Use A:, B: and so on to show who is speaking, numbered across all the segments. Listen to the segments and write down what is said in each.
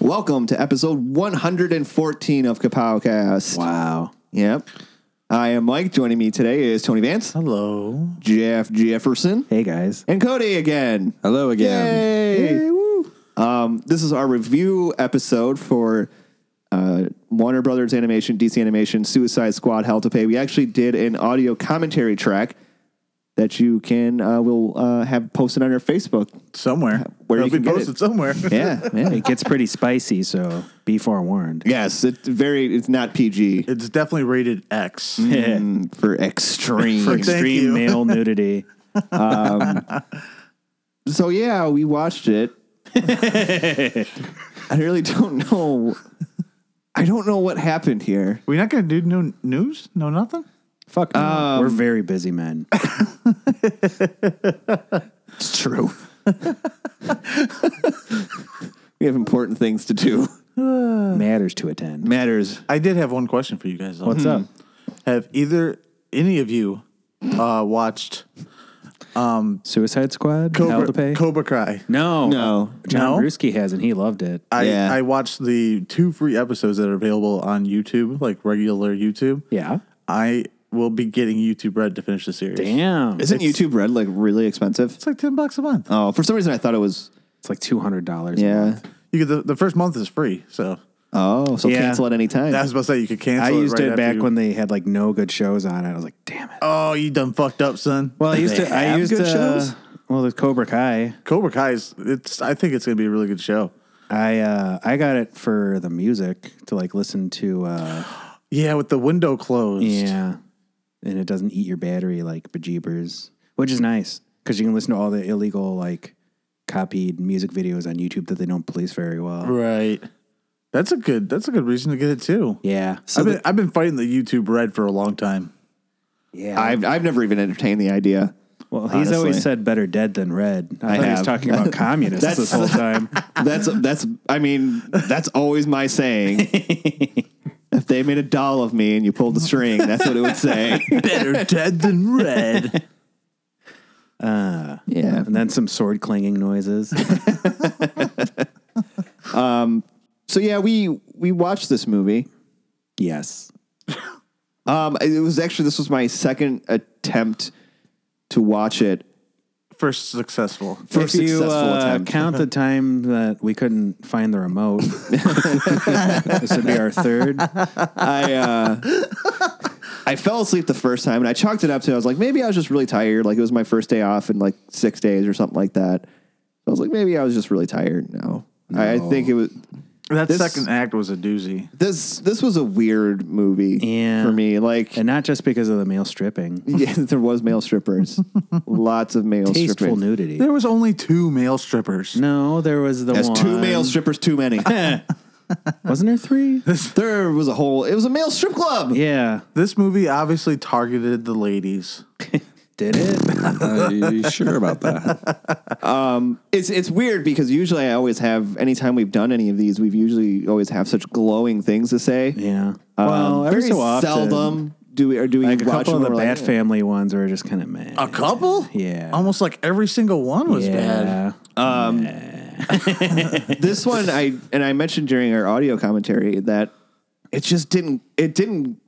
A: welcome to episode 114 of Kapowcast.
B: Wow.
A: Yep. I am Mike. Joining me today is Tony Vance,
B: Hello.
A: Jeff Jefferson,
B: Hey guys.
A: and Cody again.
B: Hello again.
A: Yay! Um, this is our review episode for uh, Warner Brothers Animation, DC Animation, Suicide Squad, Hell to Pay. We actually did an audio commentary track that you can uh, will uh, have posted on our Facebook.
C: Uh,
B: Somewhere.
A: Where
B: It'll
A: you can
B: be
A: get
B: posted
A: it.
B: somewhere.
A: Yeah, yeah.
C: It gets pretty spicy, so be forewarned.
A: yes, it's very. It's not PG
B: It's definitely rated X.
C: Mm-hmm.
A: Mm, for extreme.
B: For- Thank you.
C: Extreme male nudity.
A: so yeah, we watched it. I really don't know. I don't know what happened here.
B: We're not gonna do no news? No nothing?
C: Fuck, no. we're very busy men.
A: It's true. we have important things to do.
C: Matters to attend.
A: Matters.
B: I did have one question for you guys. though. Hmm.
C: What's up?
B: Have either any of you uh, watched
C: Suicide Squad? Hell to
B: Cobra,
C: pay?
B: Cobra Cry?
C: no,
A: No.
C: John
B: No?
C: Bruschi has, and he loved it.
B: I,
A: Yeah.
B: I watched the two free episodes that are available on YouTube, like regular YouTube.
C: yeah.
B: I will be getting YouTube Red to finish the series.
C: Damn.
A: Isn't YouTube Red like really expensive?
B: It's like ten bucks a month.
A: Oh, for some reason I thought it was.
C: It's like two hundred dollars.
A: Yeah.
B: You get the, the first month is free, so
A: Oh, so
C: Yeah.
A: cancel at any time.
B: I was about to say you could cancel.
C: I
B: it
C: used
B: right
C: it
B: after
C: back
B: you-
C: when they had like no good shows on it. I was like, damn it.
B: Oh, you done fucked up, son.
C: Well, I used
A: They
C: to. I
A: have
C: used
A: good
C: to.
A: shows?
C: Well, the Cobra Kai.
B: Cobra Kai is. It's. I think it's gonna be a really good show.
C: I uh, I got it for the music to like listen to. Uh,
B: Yeah, with the window closed.
C: Yeah. And it doesn't eat your battery like bejeebers, which is nice because you can listen to all the illegal, like, copied music videos on YouTube that they don't police very well.
B: Right. That's a good. That's a good reason to get it too.
C: Yeah.
B: I've been I've been fighting the YouTube Red for a long time.
C: yeah.
A: I've I've never even entertained the idea.
C: well, he's
A: honestly.
C: always said better dead than red. I,
A: I
C: thought he was
A: have.
C: talking about communists
A: That's-
C: this whole time.
A: That's that's. I mean, that's always my saying. if they made a doll of me and you pulled the string, that's what it would say.
B: Better dead than red.
A: Yeah.
C: And then some sword clanging noises.
A: So yeah, we we watched this movie.
C: yes.
A: Um, it was actually this was my second attempt to watch it.
B: First successful.
A: First
C: if you
A: successful
C: uh,
A: attempt.
C: count the time that we couldn't find the remote, this would be our third.
A: I uh, I fell asleep the first time, and I chalked it up to I was like maybe I was just really tired. Like it was my first day off in like six days or something like that. I was like maybe I was just really tired. No, I, I think it was
B: That
A: This-
B: second act was a doozy.
A: this. This was a weird movie
C: Yeah.
A: for me. Like
C: And not just because of the male stripping.
A: yeah, there was male strippers, lots of male
C: Tasteful
A: strippers.
C: nudity.
B: There was only two male strippers.
C: No, there was the
A: That's
C: one.
A: two male strippers too many.
C: Wasn't there three?
A: there was a whole. It was a male strip club.
C: yeah.
B: This movie obviously targeted the ladies.
C: Did it?
D: Are you sure about that?
A: It's it's weird because usually I always have anytime we've done any of these, we've usually always have such glowing things to say.
C: Yeah.
A: Um,
C: well, every
A: very
C: so often.
A: seldom do we or do we
C: Like a
A: watch
C: couple of
A: them and
C: the
A: we're
C: Bat
A: like,
C: Family ones were just kind of meh.
B: A couple?
C: Yeah.
B: Almost like every single one was bad.
C: yeah.
A: this one I and I mentioned during our audio commentary that it just didn't it didn't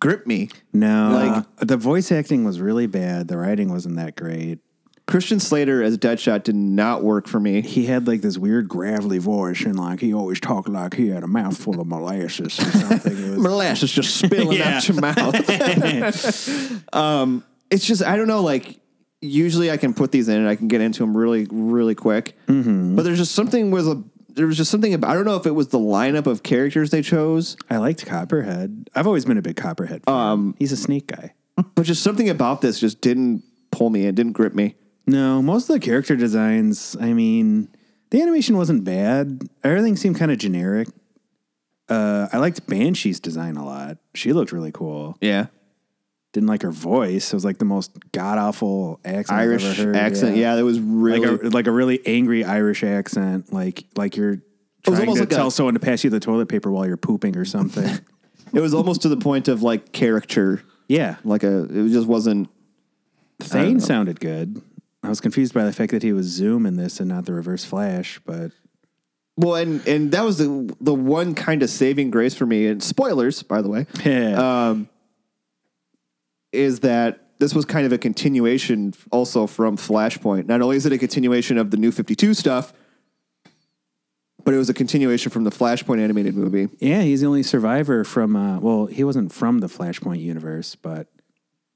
A: grip me.
C: No.
A: Like-
C: the voice acting was really bad. The writing wasn't that great.
A: Christian Slater as Deadshot did not work for me.
C: He had like this weird gravelly voice, and like he always talked like he had a mouthful of molasses or something. It was,
A: Molasses just spilling
C: Yeah.
A: out your mouth. um, it's just I don't know. Like usually I can put these in and I can get into them really really quick.
C: Mm-hmm.
A: But there's just something with a there was just something about I don't know if it was the lineup of characters they chose,
C: I liked Copperhead. I've always been a big Copperhead. Fan. Um, he's a snake guy.
A: but just something about this just didn't pull me in, didn't grip me.
C: No, most of the character designs, I mean, the animation wasn't bad. Everything seemed kind of generic. Uh, I liked Banshee's design a lot. She looked really cool.
A: Yeah,
C: Didn't like her voice. It was like the most god awful accent I've
A: Irish
C: ever heard.
A: accent. Yeah. that was really.
C: Like a, like a really angry Irish accent, like like you're trying
A: almost
C: to
A: like a-
C: tell someone to pass you the toilet paper while you're pooping or something.
A: it was almost to the point of like caricature.
C: yeah,
A: Like a, it just wasn't.
C: Thane sounded good. I was confused by the fact that he was Zoom in this and not the Reverse Flash, but
A: Well, and and that was the the one kind of saving grace for me. And spoilers, by the way,
C: Yeah.
A: is that this was kind of a continuation also from Flashpoint. Not only is it a continuation of the New Fifty Two stuff, but it was a continuation from the Flashpoint animated movie.
C: yeah, he's the only survivor from. Uh, well, he wasn't from the Flashpoint universe, but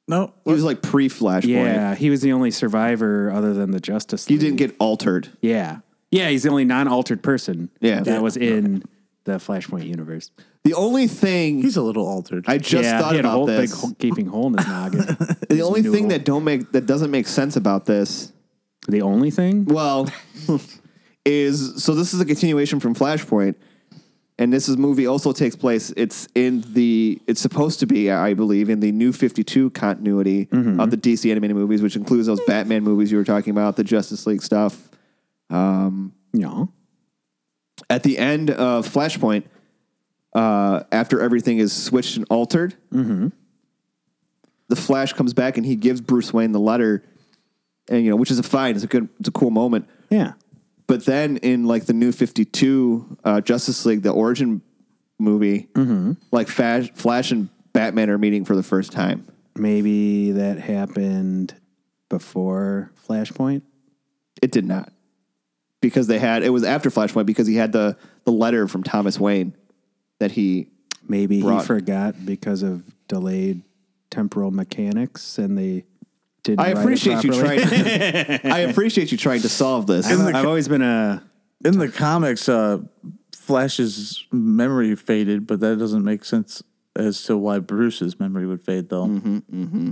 B: No,
A: He was like pre Flashpoint.
C: yeah, he was the only survivor other than the Justice.
A: He
C: League.
A: didn't get altered.
C: Yeah, yeah, he's the only non-altered person.
A: Yeah.
C: that was in the Flashpoint universe.
A: The only thing
B: he's a little altered.
A: I just
C: yeah,
A: thought
C: he had a
A: about
C: whole big
A: this.
C: ho- gaping hole in his noggin.
A: the only thing that don't make that doesn't make sense about this
C: the only thing.
A: Well, is so this is a continuation from Flashpoint, and this is movie also takes place. It's in the it's supposed to be, I believe, in the New Fifty Two continuity of the DC animated movies, which includes those Batman movies you were talking about, the Justice League stuff.
C: No.
A: At the end of Flashpoint, uh, after everything is switched and altered, the Flash comes back and he gives Bruce Wayne the letter, and you know, which is a fine. It's a good, it's a cool moment.
C: Yeah.
A: But then in like the new 52 uh, Justice League, the origin movie, like Flash, Flash and Batman are meeting for the first time.
C: Maybe that happened before Flashpoint.
A: It did not. Because they had, it was after Flashpoint because he had the, the letter from Thomas Wayne that he,
C: Maybe
A: Right.
C: he forgot because of delayed temporal mechanics and they didn't.
A: I
C: write it
A: appreciate you
C: properly.
A: trying, I appreciate you trying to solve this.
C: I've, I've always been a.
B: In the comics, uh, Flash's memory faded, but that doesn't make sense as to why Bruce's memory would fade, though.
A: Mm-hmm.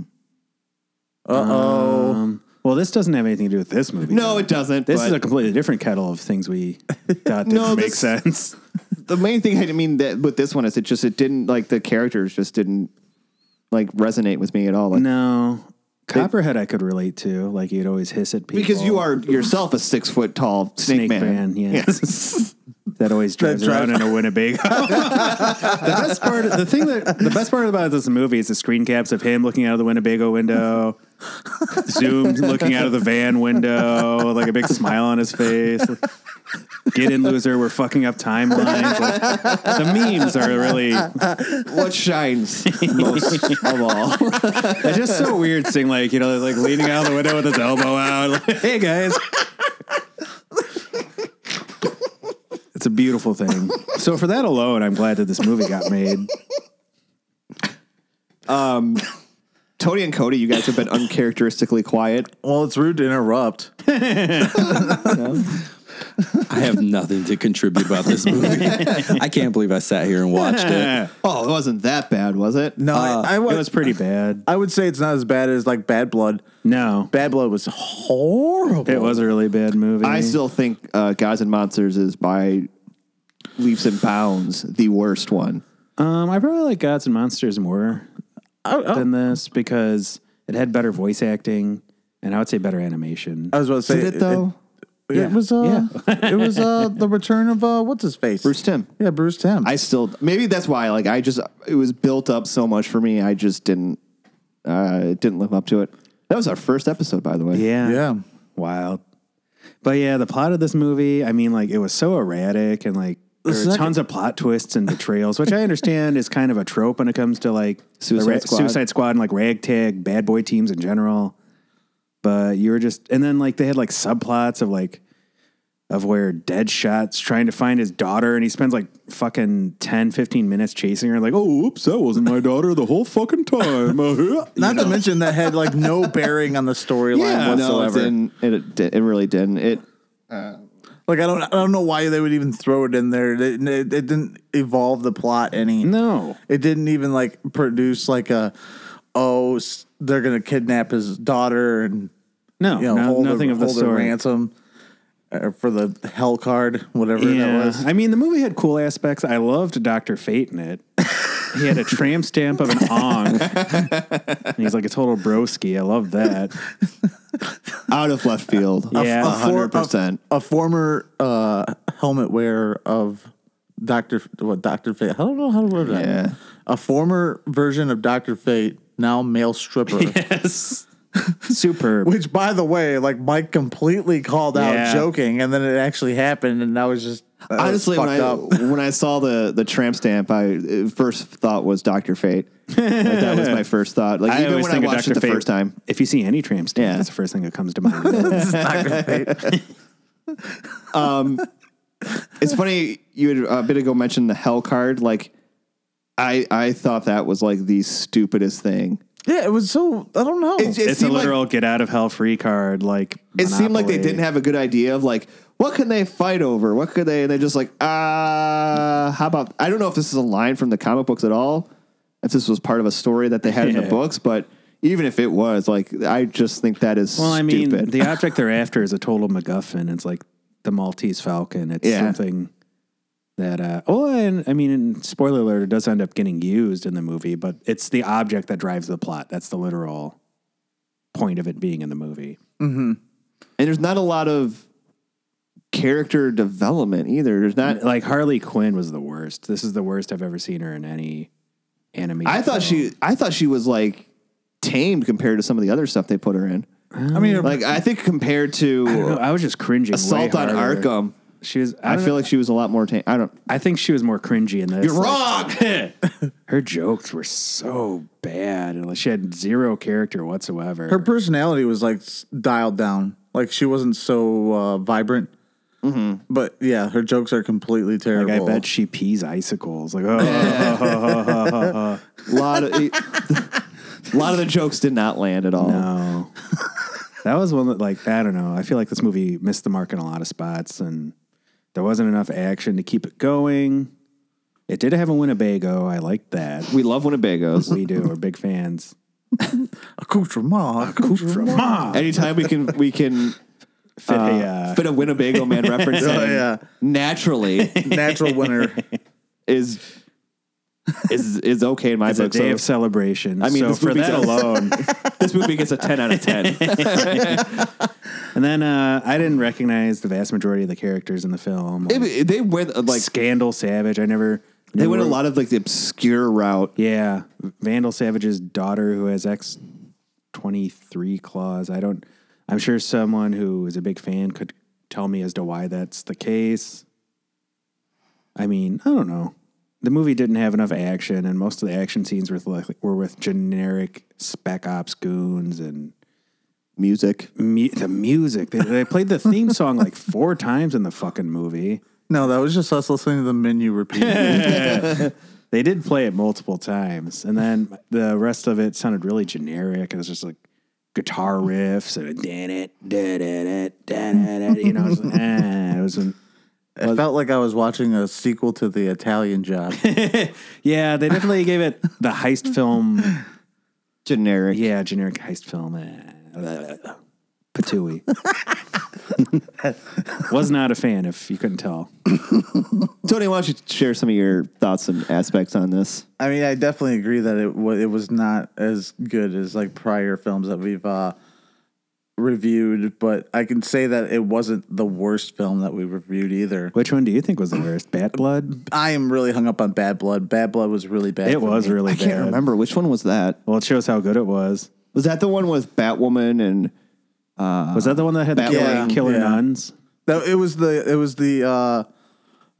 C: Um, well, this doesn't have anything to do with this movie.
A: No,
C: though.
A: it doesn't.
C: This
A: but
C: is a completely different kettle of things we thought didn't
A: No,
C: make
A: this-
C: sense.
A: the main thing I didn't mean that with this one is it just, it didn't like the characters just didn't like resonate with me at all. Like,
C: No. Copperhead, I could relate to. Like, you'd always hiss at people.
A: Because you are yourself a six foot tall snake,
C: Snake
A: man.
C: man, yeah. That always drives
B: drives-
C: around in a Winnebago. the best part, the thing that the best part about this movie is the screen caps of him looking out of the Winnebago window, Zoom looking out of the van window, like a big smile on his face. Get in, loser! We're fucking up timelines. Like, the memes are really.
A: what shines most of all?
C: It's just so weird seeing like you know like leaning out of the window with his elbow out. Like, hey guys. It's a beautiful thing. So for that alone, I'm glad that this movie got made.
A: Tony and Cody, you guys have been uncharacteristically quiet.
B: Well, it's rude to interrupt.
D: I have nothing to contribute about this movie. I can't believe I sat here and watched it.
A: Oh, it wasn't that bad, was it?
B: No, I- I,
C: It
B: would,
C: was pretty bad.
B: I would say it's not as bad as like Bad Blood.
C: No,
B: Bad Blood was horrible.
C: it was a really bad movie.
A: I still think uh, Gods and Monsters is by leaps and bounds the worst one.
C: um, I probably like Gods and Monsters more
B: I, I-
C: than this because it had better voice acting and I would say better animation.
B: I was about to say
A: Did it though?
B: It, it was uh, it was uh, the return of uh, what's his face,
A: Bruce Timm.
B: Yeah, Bruce Tim.
A: I still maybe that's why. Like I just it was built up so much for me. I just didn't uh, it didn't live up to it. That was our first episode, by the way.
C: yeah,
B: yeah,
C: Wild. But yeah, the plot of this movie, I mean, like, it was so erratic and like there
B: The
C: were
B: second-
C: tons of plot twists and betrayals, which I understand is kind of a trope when it comes to like the
A: Suicide Squad.
C: Suicide Squad and like ragtag bad boy teams in general. But you were just, and then like they had like subplots of like, of where Deadshot's trying to find his daughter and he spends like fucking 10, 15 minutes chasing her, like, oh, oops, that wasn't my daughter the whole fucking time. Uh-huh."
B: Not to mention that had like no bearing on the storyline
C: Yeah,
A: No, it
B: whatsoever.
A: didn't. It, it, di- it really didn't. It
B: Like I don't, I don't know why they would even throw it in there. It, it, it didn't evolve the plot any.
C: No.
B: it didn't even like produce like a, oh, s- they're gonna kidnap his daughter and
C: No,
B: you know
C: no-
B: hold her-
C: nothing of the
B: hold her
C: sort.
B: ransom, uh, for the hell card, whatever that
C: Yeah.
B: was.
C: I mean, the movie had cool aspects. I loved Dr. Fate in it. he had a tram stamp of an ong. and he's like a total broski. I love that.
A: out of left field.
C: Yeah.
A: a
B: for-
A: hundred percent.
B: A, a former uh, helmet wearer of Doctor what Doctor Fate. I don't know how to word that.
A: Yeah.
B: A former version of Doctor Fate, now male stripper.
C: Yes. Superb.
B: Which, by the way, like Mike completely called out
C: Yeah.
B: joking, and then it actually happened, and I was just That was
A: Honestly, when
B: fucked
A: I,
B: up.
A: when I saw the the tramp stamp, I uh, first thought was Doctor Fate. Like, that was my first thought. Like even
C: always
A: when I
C: think of
A: watched it
C: Dr.
A: the
C: Fate.
A: first time,
C: If you see any tram stamp,
A: Yeah.
C: that's the first thing that comes to mind.
B: It's Dr. Fate.
A: it's funny you had a bit ago mentioned the hell card. Like I I thought that was like the stupidest thing.
B: yeah, it was so I don't know.
A: It, it
C: it's a
A: seemed like
C: literal get out of hell free card. Like
A: it seemed like they
C: Monopoly.
A: didn't have a good idea of like what can they fight over? What could they? And they're just like, ah, how about? I don't know if this is a line from the comic books at all. If this was part of a story that they had in the
C: Yeah.
A: books, but even if it was, like, I just think that is
C: Well, I mean,
A: stupid.
C: the object they're after is a total MacGuffin. It's like the Maltese Falcon. It's
A: Yeah.
C: something that. Uh, oh, and I mean, and spoiler alert: it does end up getting used in the movie, but it's the object that drives the plot. That's the literal point of it being in the movie.
A: and there's not a lot of character development either. There's not.
C: Like Harley Quinn was the worst. This is the worst I've ever seen her in any anime.
A: I thought she. I thought she was like tamed compared to some of the other stuff they put her in.
B: I mean,
A: Like I think compared
C: No,
A: to
C: I was just cringing. way
A: Assault on
C: harder.
A: Arkham,
C: She was. I,
A: I feel
C: feel.
A: like she was a lot more tame. I don't.
C: I think she was more cringy in this.
A: You're
C: Like,
A: wrong.
C: Her jokes were so bad, and like she had zero character whatsoever.
B: her personality was like s- dialed down. Like she wasn't so uh, vibrant. But yeah, her jokes are completely terrible.
C: Like I bet she pees icicles. Like oh,
A: lot of it, a lot of the jokes did not land at all.
C: no. that was one that like I don't know. I feel like this movie missed the mark in a lot of spots, and there wasn't enough action to keep it going. It did have a Winnebago. I liked that.
A: We love Winnebagos.
C: We do. We're big fans.
B: accoutrement. accoutrement.
A: Anytime we can we can
C: Fit a,
A: uh,
C: uh,
A: fit a Winnebago man reference
B: Oh,
A: in
B: yeah.
A: naturally
B: Natural winner.
A: is is is okay in my
C: it's a
A: book.
C: day
A: So
C: of celebration.
A: I mean,
C: so
A: this
C: for
A: movie's
C: that
A: a-
C: alone,
A: this movie gets a ten out of ten.
C: and then uh, I didn't recognize the vast majority of the characters in the film.
A: It- it- they went uh, like
C: like Scandal Savage. I never.
A: they went a
C: knew-
A: lot of like the obscure route.
C: Yeah, Vandal Savage's daughter, who has X twenty three claws. I don't. I'm sure someone who is a big fan could tell me as to why that's the case. I mean, I don't know. The movie didn't have enough action, and most of the action scenes were with, were with generic spec ops goons and
A: Music.
C: mu- the music. They, they played the theme song like four times in the fucking movie.
B: No, that was just us listening to the menu repeat.
C: They did play it multiple times, and then the rest of it sounded really generic. It was just like guitar riffs and dan it, dan it, dan it. You know, it was, eh, it was an,
B: it felt like I was watching a sequel to The Italian Job.
C: yeah. They definitely gave it the heist film.
A: Generic.
C: Yeah, generic heist film. eh, Patooey. Was not a fan, if you couldn't tell.
A: Tony, why don't you share some of your thoughts and aspects on this?
B: I mean, I definitely agree that it wa it was not as good as like prior films that we've uh, reviewed, but I can say that it wasn't the worst film that we reviewed either.
C: Which one do you think was the worst? Bat Blood.
B: I am really hung up on Bad Blood. Bad Blood was really bad.
C: It
B: for
C: was
B: me.
C: really
A: I
C: bad.
A: can't remember which one was that.
C: Well, it shows how good it was.
A: Was that the one with Batwoman and
C: Was that the one that had the
A: Bat-
C: killer,
B: Yeah,
C: killer
B: yeah.
C: nuns?
B: No, it was the it was the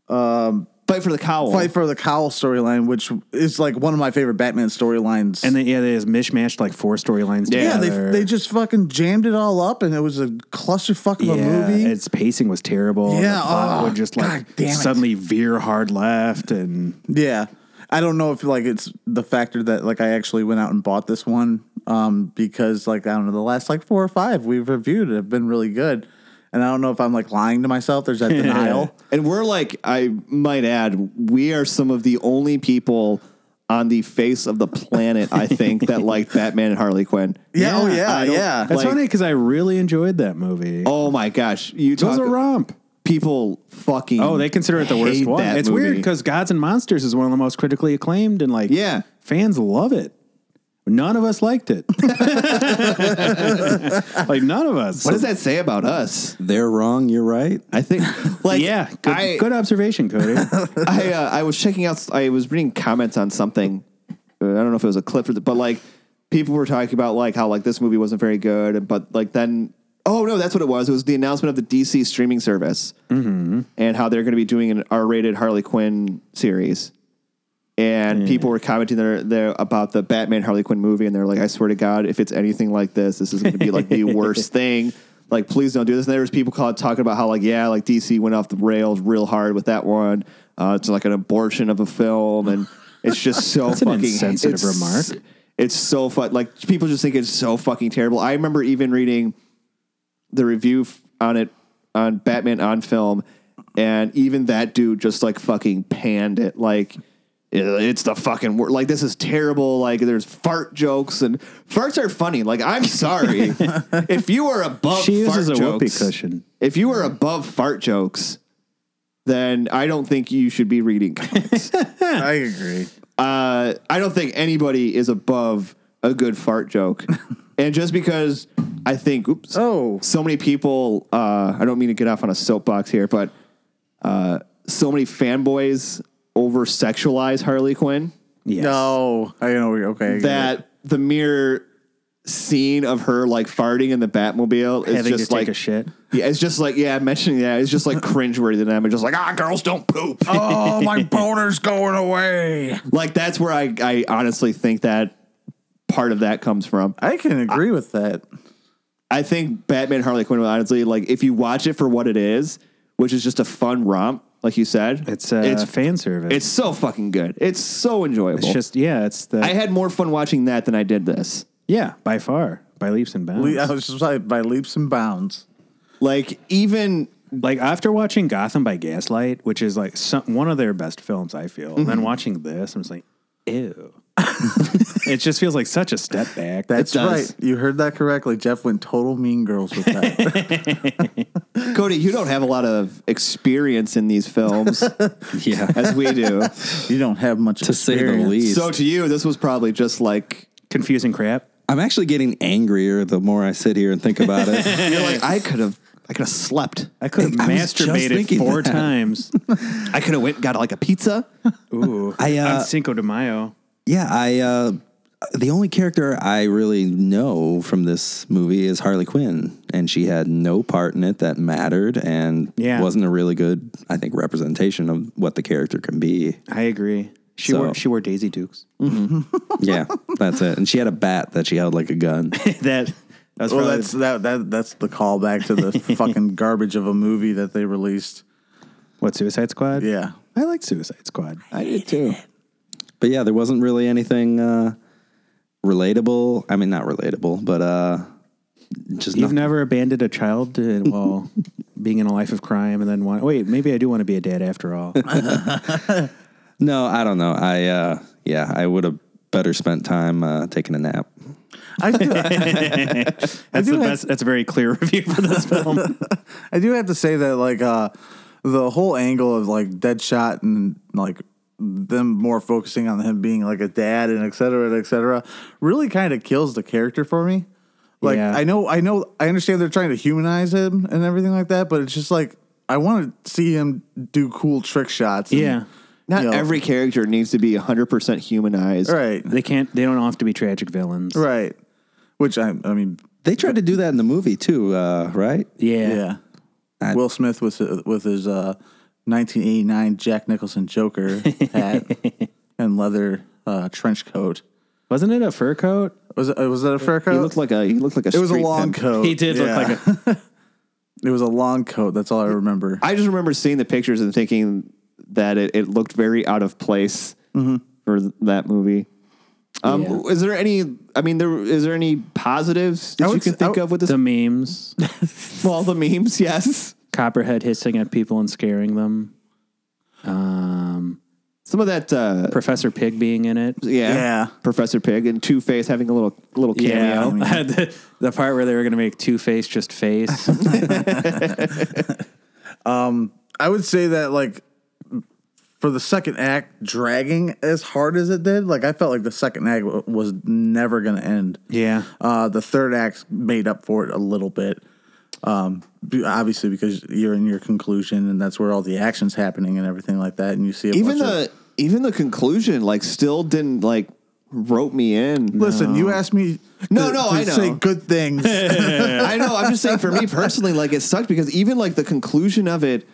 B: uh,
A: Fight for the Cowl?
B: fight for the cowl storyline, which is like one of my favorite Batman storylines.
C: And then yeah, they just mishmashed like four storylines
A: Yeah,
B: yeah, they
C: together.
B: they just fucking jammed it all up, and it was a clusterfuck of a
C: yeah,
B: movie.
C: its pacing was terrible.
B: Yeah,
C: the plot
B: oh,
C: would just
B: God
C: like
B: damn it.
C: suddenly veer hard left, and
B: Yeah. I don't know if like it's the factor that like I actually went out and bought this one um because like I don't know the last like four or five we've reviewed have been really good and I don't know if I'm like lying to myself there's that denial
A: And we're like, I might add, we are some of the only people on the face of the planet, I think, that like Batman and Harley Quinn.
B: yeah, oh yeah
A: I don't-
B: yeah
C: that's
A: Like-
C: funny because I really enjoyed that movie.
A: Oh my gosh. You
C: it was
A: talk
C: a romp.
A: people fucking
C: Oh, they consider it the worst
A: hate
C: one.
A: that
C: It's weird
A: movie.
C: because Gods and Monsters is one of the most critically acclaimed, and like
A: Yeah.
C: fans love it. None of us liked it. like none of us.
A: what does that say about us?
D: They're wrong. You're right.
A: I think like
C: yeah, good,
A: I,
C: good observation, Cody.
A: I, uh, I was checking out. I was reading comments on something. uh, I don't know if it was a clip, or the, but like people were talking about like how like this movie wasn't very good, but like then Oh no, that's what it was. It was the announcement of the DC streaming service and how they're going to be doing an R-rated Harley Quinn series. And people were commenting there, there about the Batman Harley Quinn movie, and they're like, "I swear to God, if it's anything like this, this is going to be like the worst thing. Like, please don't do this." And there was people call, talking about how, like, yeah, like DC went off the rails real hard with that one. Uh, it's like an abortion of a film, and it's just so
C: an
A: fucking
C: insensitive
A: it's,
C: remark.
A: It's so fun. Like people just think it's so fucking terrible. I remember even reading the review f- on it on Batman on film, and even that dude just like fucking panned it. Like "It- it's the fucking word. Like this is terrible. Like there's fart jokes and farts are funny. Like I'm sorry if you are above
C: She
A: fart
C: uses a
A: jokes,
C: whoopee cushion.
A: If you are above fart jokes, then I don't think you should be reading comics.
B: I agree.
A: uh, I don't think anybody is above a good fart joke. and just because I think, oops,
B: Oh.
A: so many people, uh, I don't mean to get off on a soapbox here, but uh, so many fanboys over sexualize Harley Quinn
C: Yes.
B: No, I know. we- Okay, I get it.
A: that the mere scene of her like farting in the Batmobile is
C: Having to
A: just
C: take
A: like
C: a shit.
A: Yeah, it's just like yeah, mentioning that it's just like cringeworthy to them. It's just like ah, girls don't poop.
B: Oh, my boner's going away.
A: Like that's where I I honestly think that part of that comes from.
B: I can agree with that.
A: I think Batman Harley Quinn honestly like if you watch it for what it is, which is just a fun romp, like you said,
C: It's uh,
A: it's
C: fan service.
A: it's so fucking good. It's so enjoyable.
C: It's just yeah. It's the
A: I had more fun watching that than I did this.
C: yeah by far by leaps and bounds.
B: Le- I was just like by leaps and bounds.
A: Like even
C: like after watching Gotham by Gaslight, which is like some, one of their best films, I feel. And then watching this, I'm just like, ew. it just feels like such a step back.
B: That's
A: does.
B: right. You heard that correctly. Jeff went total mean girls with that.
A: Cody, you don't have a lot of experience in these films
D: Yeah.
A: as we do.
B: you don't have much
D: to say the
B: experience.
D: least.
A: so to you, this was probably just like
C: confusing crap.
D: I'm actually getting angrier the more I sit here and think about it.
A: you're like I could have I could have slept.
C: I could have
D: I was just
C: masturbated
D: thinking
C: four
D: that.
C: times.
A: I could have went and got like a pizza.
C: Ooh,
D: I, uh,
C: on Cinco de Mayo.
D: yeah, I uh, the only character I really know from this movie is Harley Quinn, and she had no part in it that mattered, and
C: Yeah.
D: wasn't a really good, I think, representation of what the character can be.
C: I agree. She
D: So-
C: wore she wore Daisy Dukes.
D: Yeah, that's it. And she had a bat that she held like a gun.
C: that that was
B: Well,
C: probably
B: that's that, that that's the callback to the fucking garbage of a movie that they released.
C: what Suicide Squad.
B: Yeah.
C: I like Suicide Squad.
A: I did too.
D: But yeah, there wasn't really anything uh, relatable. I mean, not relatable, but uh, just
C: You've
D: nothing.
C: never abandoned a child to, while being in a life of crime, and then want, wait, maybe I do want to be a dad after all.
D: No, I don't know. I uh yeah, I would have better spent time uh taking a nap.
B: I do,
C: That's
B: do
C: the
B: have-
C: best. That's a very clear review for this film.
B: I do have to say that like uh the whole angle of like Deadshot and like them more focusing on him being like a dad and et cetera and et cetera really kind of kills the character for me. Like
C: Yeah.
B: I know I know I understand they're trying to humanize him and everything like that, but it's just like I want to see him do cool trick shots. and-
C: yeah.
A: Not
B: Yo.
A: every character needs to be 100% humanized.
B: Right.
C: They can't. They don't have to be tragic villains.
B: Right. Which I I mean
D: They tried to do that in the movie too, uh, right?
C: Yeah.
B: yeah. Will Smith with with his uh 1989 Jack Nicholson Joker hat and leather uh, trench coat.
C: Wasn't it a fur coat?
B: Was it, was that a fur coat?
A: He looked like a he looked like a
B: it was a
A: street
B: long
A: pimp.
B: coat.
C: He did look like
B: a. it was a long coat. That's all I remember.
A: I just remember seeing the pictures and thinking that it, it looked very out of place
B: Mm-hmm.
A: for th- that movie. Um,
C: Yeah.
A: Is there any? I mean, there is there any positives that you
B: would
A: can
B: s- I
A: think
B: would-
A: of with this?
C: The memes,
A: all the memes, yes.
C: Copperhead hissing at people and scaring them. Um,
A: Some of that, uh,
C: Professor Pig being in it.
A: yeah,
B: Yeah.
A: Professor Pig and Two Face having a little little cameo.
C: the, the part where they were going to make Two Face just face.
B: I would say that like for the second act dragging as hard as it did, like I felt like the second act w- was never going to end.
C: yeah.
B: Uh, the third act made up for it a little bit. Um, b- obviously because you're in your conclusion and that's where all the action's happening and everything like that, and you see a
A: even
B: bunch of-
A: the even the conclusion, like, still didn't like rope me in.
B: Listen, you asked me.
A: No,
B: to-
A: no,
B: to
A: I know.
B: Say good things.
A: I know. I'm just saying for me personally, like it sucked because even like the conclusion of it,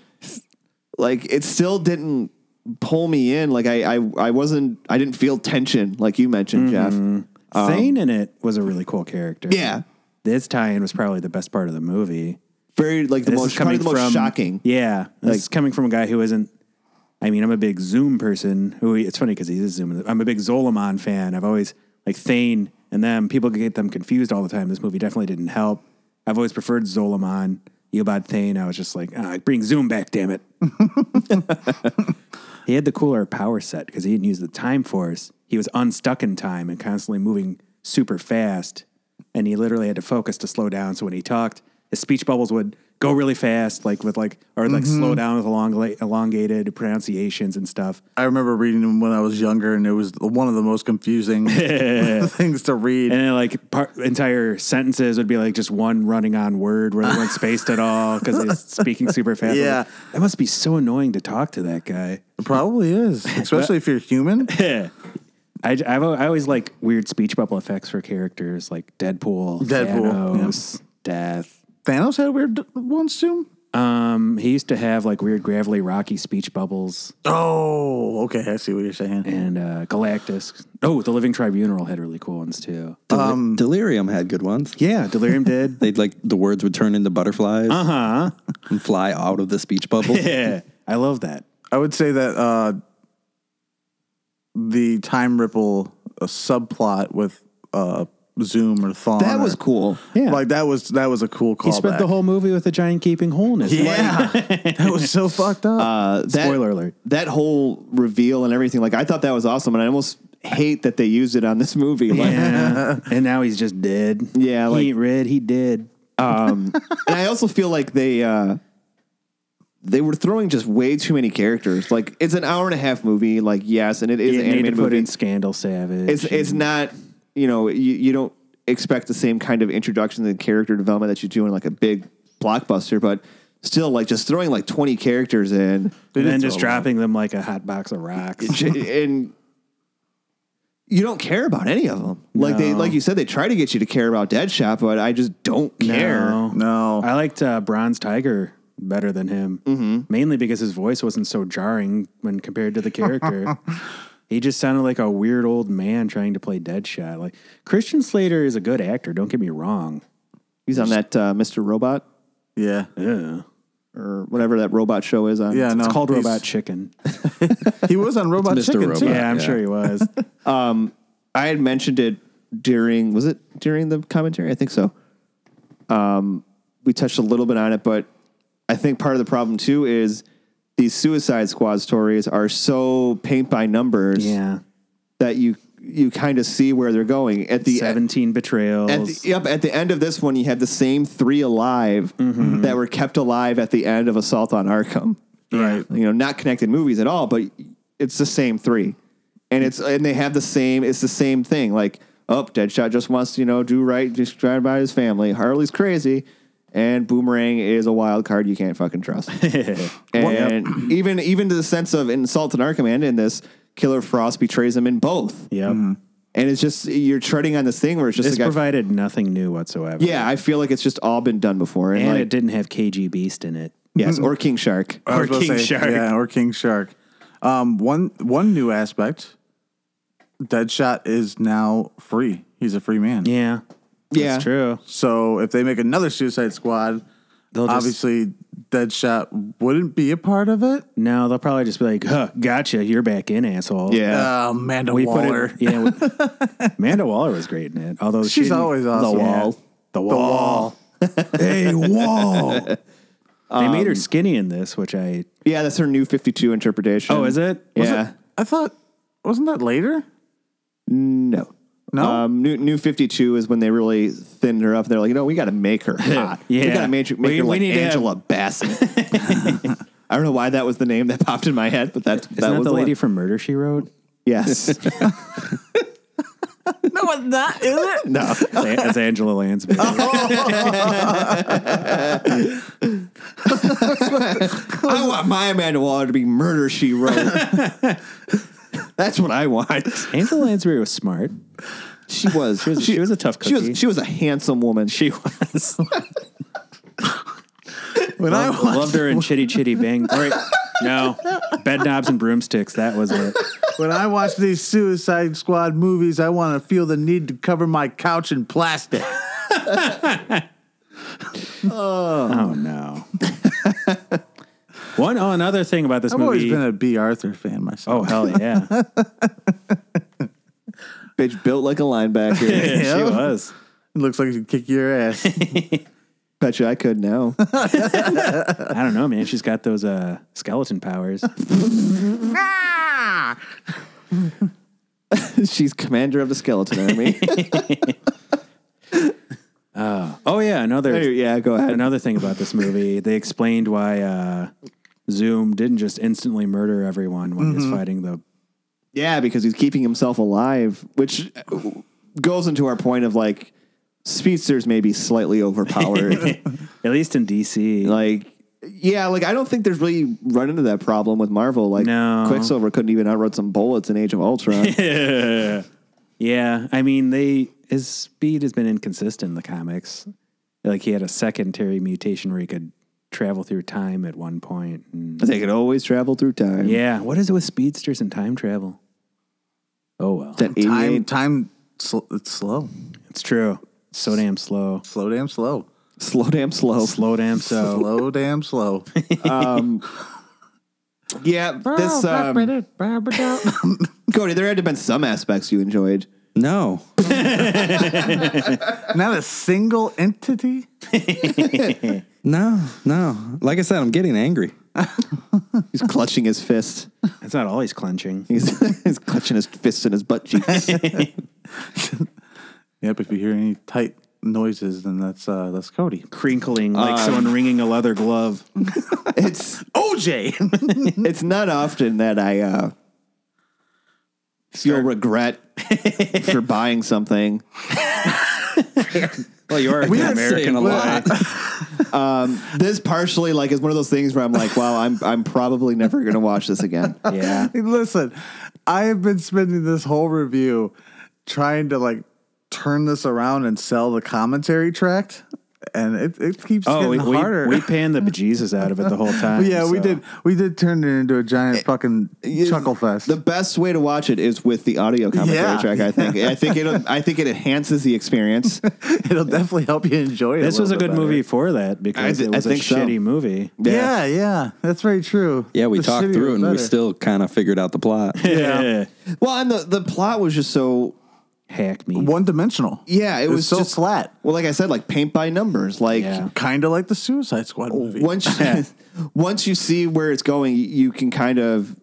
A: like it still didn't pull me in. Like I, I, I wasn't. I didn't feel tension like you mentioned,
C: Mm-hmm.
A: Jeff.
C: Thane in it was a really cool character.
A: Yeah.
C: This tie-in was probably the best part of the movie.
A: Very like the
C: This
A: most
C: is coming
A: probably the most
C: from
A: shocking.
C: Yeah, this
A: Like-
C: is coming from a guy who isn't. I mean, I'm a big Zoom person. Who it's funny because he's a Zoom. I'm a big Zolomon fan. I've always like Thane and them. People get them confused all the time. This movie definitely didn't help. I've always preferred Zolomon. Eobard Thane. I was just like, ah, bring Zoom back, damn it. he had the cooler power set because he didn't use the time force. He was unstuck in time and constantly moving super fast. And he literally had to focus to slow down. So when he talked, his speech bubbles would go really fast, like with like or like slow down with elong- elongated pronunciations and stuff.
B: I remember reading them when I was younger, and it was one of the most confusing things to read.
C: And then like part, entire sentences would be like just one running on word where they weren't spaced at all because he's speaking super fast. I'm
B: Yeah.
C: like, that must be so annoying to talk to that guy.
B: It probably is, especially if you're human.
C: I, I've, I always like weird speech bubble effects for characters like Deadpool,
B: Deadpool,
C: Thanos, Death.
B: Thanos had weird d- ones too.
C: Um, he used to have like weird gravelly rocky speech bubbles
B: Oh, okay. I see what you're saying.
C: and uh, Galactus. Oh, the Living Tribunal had really cool ones too.
D: Del- Delirium had good ones.
C: Yeah, Delirium did.
D: They'd like the words would turn into butterflies. Uh huh. And fly out of the speech bubble.
C: yeah, I love that.
B: I would say that uh, the time ripple uh, subplot with uh, Zoom or Thon.
A: That was
B: or-
A: cool.
C: Yeah,
B: Like that was that was a cool call.
C: he spent the whole movie with a giant gaping hole in his leg.
B: Yeah, that was so fucked up.
A: Uh, that,
C: Spoiler alert.
A: That whole reveal and everything, like I thought that was awesome, and I almost hate that they used it on this movie. Like,
C: Yeah. and now he's just dead.
A: Yeah, like-
C: he ain't red. He did.
A: and I also feel like they uh, they were throwing just way too many characters. Like it's an hour and a half movie. Like yes, and it is
C: You
A: an
C: need to
A: animated
C: put
A: movie.
C: in Scandal Savage.
A: it's it's not you know you, you don't expect the same kind of introduction and character development that you do in like a big blockbuster, but still like just throwing like twenty characters in
C: and then just
B: did throw them.
C: dropping them like a hot box of rocks.
A: and. You don't care about any of them. Like they,
C: No.
A: like you said, they try to get you to care about Deadshot, but I just don't care.
B: No.
C: I liked uh, Bronze Tiger better than him, mainly because his voice wasn't so jarring when compared to the character. he just sounded like a weird old man trying to play Deadshot. Like Christian Slater is a good actor. Don't get me wrong.
A: He's on that uh, Mr. Robot
B: yeah,
C: Ugh.
A: or whatever that robot show is on.
B: yeah. no,
C: It's called
B: he's-
C: Robot Chicken.
B: He was on Robot
D: Mr.
B: Chicken too.
D: Robot.
C: Yeah, I'm
D: yeah.
C: sure he was.
A: I had mentioned it during was it during the commentary? I think so. Um, we touched a little bit on it, but I think part of the problem too is these Suicide Squad stories are so paint by numbers
C: yeah,
A: that you you kind of see where they're going at the end.
C: seventeen betrayals.
A: At the, yep, at the end of this one, you had the same three alive that were kept alive at the end of Assault on Arkham.
B: Right.
A: You know, not connected movies at all, but it's the same three, and it's and they have the same. It's the same thing. Like, oh, Deadshot just wants to you know do right, just try about his family. Harley's crazy, and Boomerang is a wild card you can't fucking trust. and even even to the sense of in Assault on Arkham and in this, Killer Frost betrays him in both.
C: yep.
A: And it's just you're treading on this thing where it's just
C: This
A: like I
C: provided nothing new whatsoever.
A: yeah, I feel like it's just all been done before. And,
C: and
A: like,
C: it Uh, didn't have KG Beast in it.
A: yes, or King Shark.
B: I
C: Or
B: was about to
C: King Shark.
B: Yeah, or King Shark. Um, one one new aspect. Deadshot is now free. He's a free man.
C: Yeah,
A: yeah,
C: that's true.
B: So if they make another Suicide Squad,
C: They'll just-
B: obviously Deadshot wouldn't be a part of it.
C: No, they'll probably just be like, huh, gotcha, you're back in, asshole.
A: Yeah,
B: Uh, Amanda
C: We
B: Waller.
C: put it. Yeah, we, Amanda Waller was great in it. Although she
B: She's
C: didn't-
B: always awesome.
C: The wall. The wall. hey, wall. they made her skinny in this, which I.
A: yeah. That's her new 52 interpretation.
C: Oh, is it? Was
A: yeah.
B: I thought wasn't that later?
A: No.
B: No?
A: Um, new New 52 is when they really thinned her up. They're like, you know, we got to make her hot. We
C: Yeah.
A: got to make, her- make
C: We-
A: her
C: we
A: like
C: need to have-
A: Angela Bassett. I don't know why that was the name that popped in my head, but that,
C: Isn't that,
A: was
C: the lady
A: one.
C: from Murder She Wrote?
A: Yes.
B: No, it's not. Is it?
A: no.
C: That's Angela Lansbury.
A: I want my Amanda Waller to be murder she wrote. That's what I want.
C: Angela Lansbury was smart.
A: She was. She
C: was- she was a tough
A: She
C: cookie.
A: was, she was a handsome woman.
C: She was.
B: When I
C: Loved,
B: watched,
C: her in Chitty Chitty Bang. All right. No. Bed knobs and broomsticks. That was it.
B: when I watch these Suicide Squad movies, I want to feel the need to cover my couch in plastic.
C: Oh no. One oh another thing about this
B: I've always
C: movie.
B: been a B. Arthur fan
C: oh
B: myself.
C: hell yeah.
A: Bitch built like a linebacker.
C: she was.
B: It looks like she'd kick your ass.
A: Bet you I could now.
C: I don't know, man. She's got those uh, skeleton powers.
A: She's commander of the skeleton army.
C: Oh yeah, another
A: Anyway, yeah, go ahead.
C: another thing about this movie. They explained why uh, Zoom didn't just instantly murder everyone when
B: Mm-hmm.
C: he's fighting the
A: Yeah, because he's keeping himself alive, which goes into our point of like speedsters may be slightly overpowered.
C: at least in DC.
A: like, yeah, like I don't think there's really run into that problem with Marvel. Like,
C: No.
A: Quicksilver couldn't even outrun some bullets in Age of Ultron.
C: yeah, I mean they his speed has been inconsistent in the comics. Like he had a secondary mutation where he could travel through time at one point. And
A: they could always travel through time.
C: yeah, what is it with speedsters and time travel? Oh well,
A: That 88
B: time, time, sl- it's slow,
C: it's true. So damn slow,
B: slow, damn slow,
A: slow damn slow.
C: slow damn so.
B: slow, damn slow.
A: Um, Yeah,
C: Oh,
A: this um, Cody, there had to have been some aspects you enjoyed.
D: No.
B: Not a single entity.
D: No, no. Like I said, I'm getting angry.
A: He's clutching his fist.
C: That's not always clenching.
A: He's, he's clutching his fist in his butt cheeks.
B: Yep. If you hear any tight noises, then that's uh, that's Cody.
C: crinkling like someone wringing a leather glove.
A: it's
B: OJ.
A: it's not often that I uh, feel regret for buying something.
C: Well, you are
D: We are saying a lot.
A: Um, This partially like is one of those things where I'm like, wow, I'm I'm probably never gonna watch this again.
C: Yeah.
B: Listen, I have been spending this whole review trying to like turn this around and sell the commentary tract, and it, it keeps
C: Oh, we,
B: getting
C: we,
B: harder.
C: we panned the bejesus out of it the whole time.
B: yeah, we
C: so-
B: did. We did turn it into a giant fucking chuckle fest.
A: The best way to watch it is with the audio commentary
B: Yeah.
A: track. I think. I think it. I think it enhances the experience.
B: It'll definitely help you enjoy it.
C: This was a
B: little
C: good
B: bit better.
C: movie for that because
A: I thi-
C: it was
A: I
C: a
A: think so.
C: shitty movie.
B: Yeah. yeah, that's very true.
D: Yeah, we
B: The
D: talked
B: shittier
D: through
B: the
D: it and we
B: better.
D: still kind of figured out the plot.
C: Yeah.
A: Well, and the the plot was just so.
C: Hack me.
B: one dimensional.
A: Yeah, it,
B: it was, so
A: just,
B: flat,
A: Well, like I said, like paint by numbers. Like
C: Yeah.
B: kind of like the Suicide Squad movie.
A: once once you see where it's going, you can kind of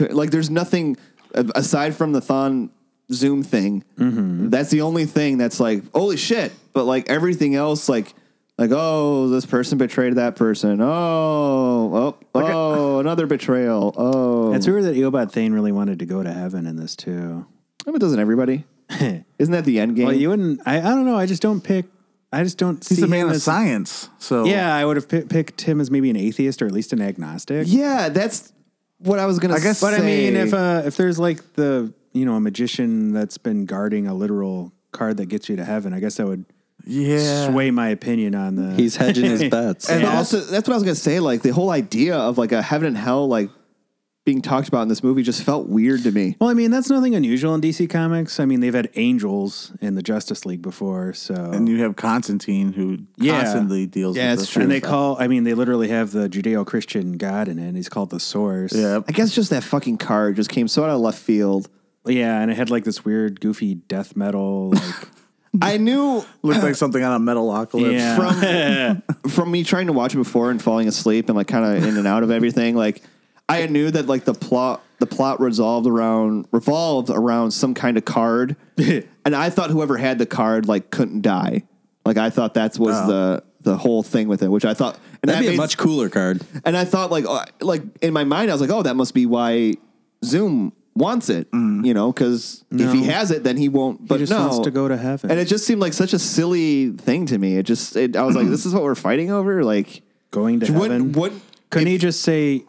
A: like there's nothing aside from the Thon Zoom thing.
C: Mm-hmm.
A: That's the only thing that's like holy shit. But like everything else, like like oh this person betrayed that person. Oh oh oh another betrayal. Oh
C: It's weird that Eobard Thane really wanted to go to heaven in this too.
A: but doesn't everybody? Isn't that the end game?
C: Well, you wouldn't. I, I don't know. I just don't pick. I just don't see
B: He's a man
C: him
B: of
C: as-
B: science, so
C: Yeah, I would have pi- picked him as maybe an atheist or at least an agnostic.
A: yeah, that's what I was gonna.
B: I guess-
A: say.
C: But I mean, if uh, if there's like the you know a magician that's been guarding a literal card that gets you to heaven, I guess that would
B: yeah.
C: sway my opinion on the.
D: He's hedging his bets.
A: And
C: Yeah.
A: also, that's what I was gonna say. Like the whole idea of like a heaven and hell, like being talked about in this movie, just felt weird to me.
C: well, I mean, that's nothing unusual in DC Comics. I mean, they've had angels in the Justice League before, so
B: And
C: and,
B: you have Constantine who
C: Yeah.
B: constantly deals.
A: Yeah,
B: with
A: it's
B: this
A: true.
B: kind
C: they
B: of
C: call. I mean, they literally have the Judeo-Christian God in it. And he's called the Source.
B: stuff.
A: I guess just that fucking card just came so out of left field.
C: yeah, and it had like this weird, goofy death metal. Like,
A: I knew
B: Yeah, looked like something on a metalocalypse.
C: yeah,
A: from from me trying to watch it before and falling asleep and like kind of in and out of everything. Like I knew that like the plot the plot resolved around revolved around some kind of card, and I thought whoever had the card like couldn't die. Like I thought that was the the whole thing with it, which I thought and
D: Oh. That'd
A: that
D: be a
A: made-
D: much cooler card.
A: And I thought like uh, like in my mind I was like, oh, that must be why Zoom wants it, you know, because if he has it, then he won't. But
C: just
A: no,
C: wants to go to heaven.
A: And it just seemed like such a silly thing to me. It just it, I was like, this is what we're fighting over. Like
C: going to
A: what
C: heaven.
A: what
C: Couldn't he just say,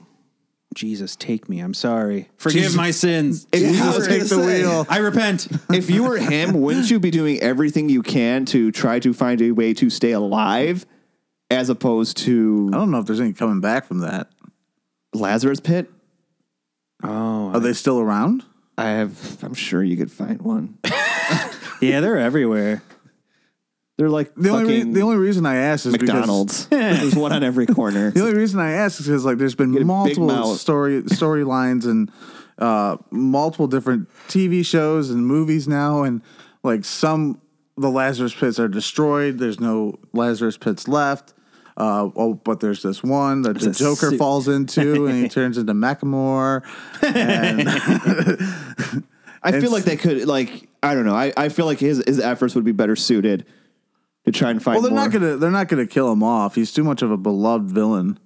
C: Jesus, take me. I'm sorry. Forgive my sins.
A: If you
B: I'll
A: were-
B: take the wheel.
C: I repent.
A: if you were him, wouldn't you be doing everything you can to try to find a way to stay alive as opposed to
B: I don't know if there's any coming back from that.
A: Lazarus pit?
B: Are they still around?
A: I have I'm sure you could find one.
C: Yeah, they're everywhere.
A: They're like
B: The only, re-
A: fucking
B: the only reason I asked is because
A: McDonald's. There's one on every corner.
B: The only reason I ask is because like there's been
A: a big
B: multiple
A: mouth.
B: story storylines and uh, multiple different TV shows and movies now, and like some the Lazarus pits are destroyed. There's no Lazarus pits left. Uh, oh, but there's this one that the
C: a
B: Joker
C: suit.
B: falls into, and he turns into Macklemore.
A: I feel
B: It's-
A: like they could like I don't know. I, I feel like his his efforts would be better suited to try and find
B: Well, they're
A: more.
B: not gonna they're not gonna kill him off. He's too much of a beloved villain.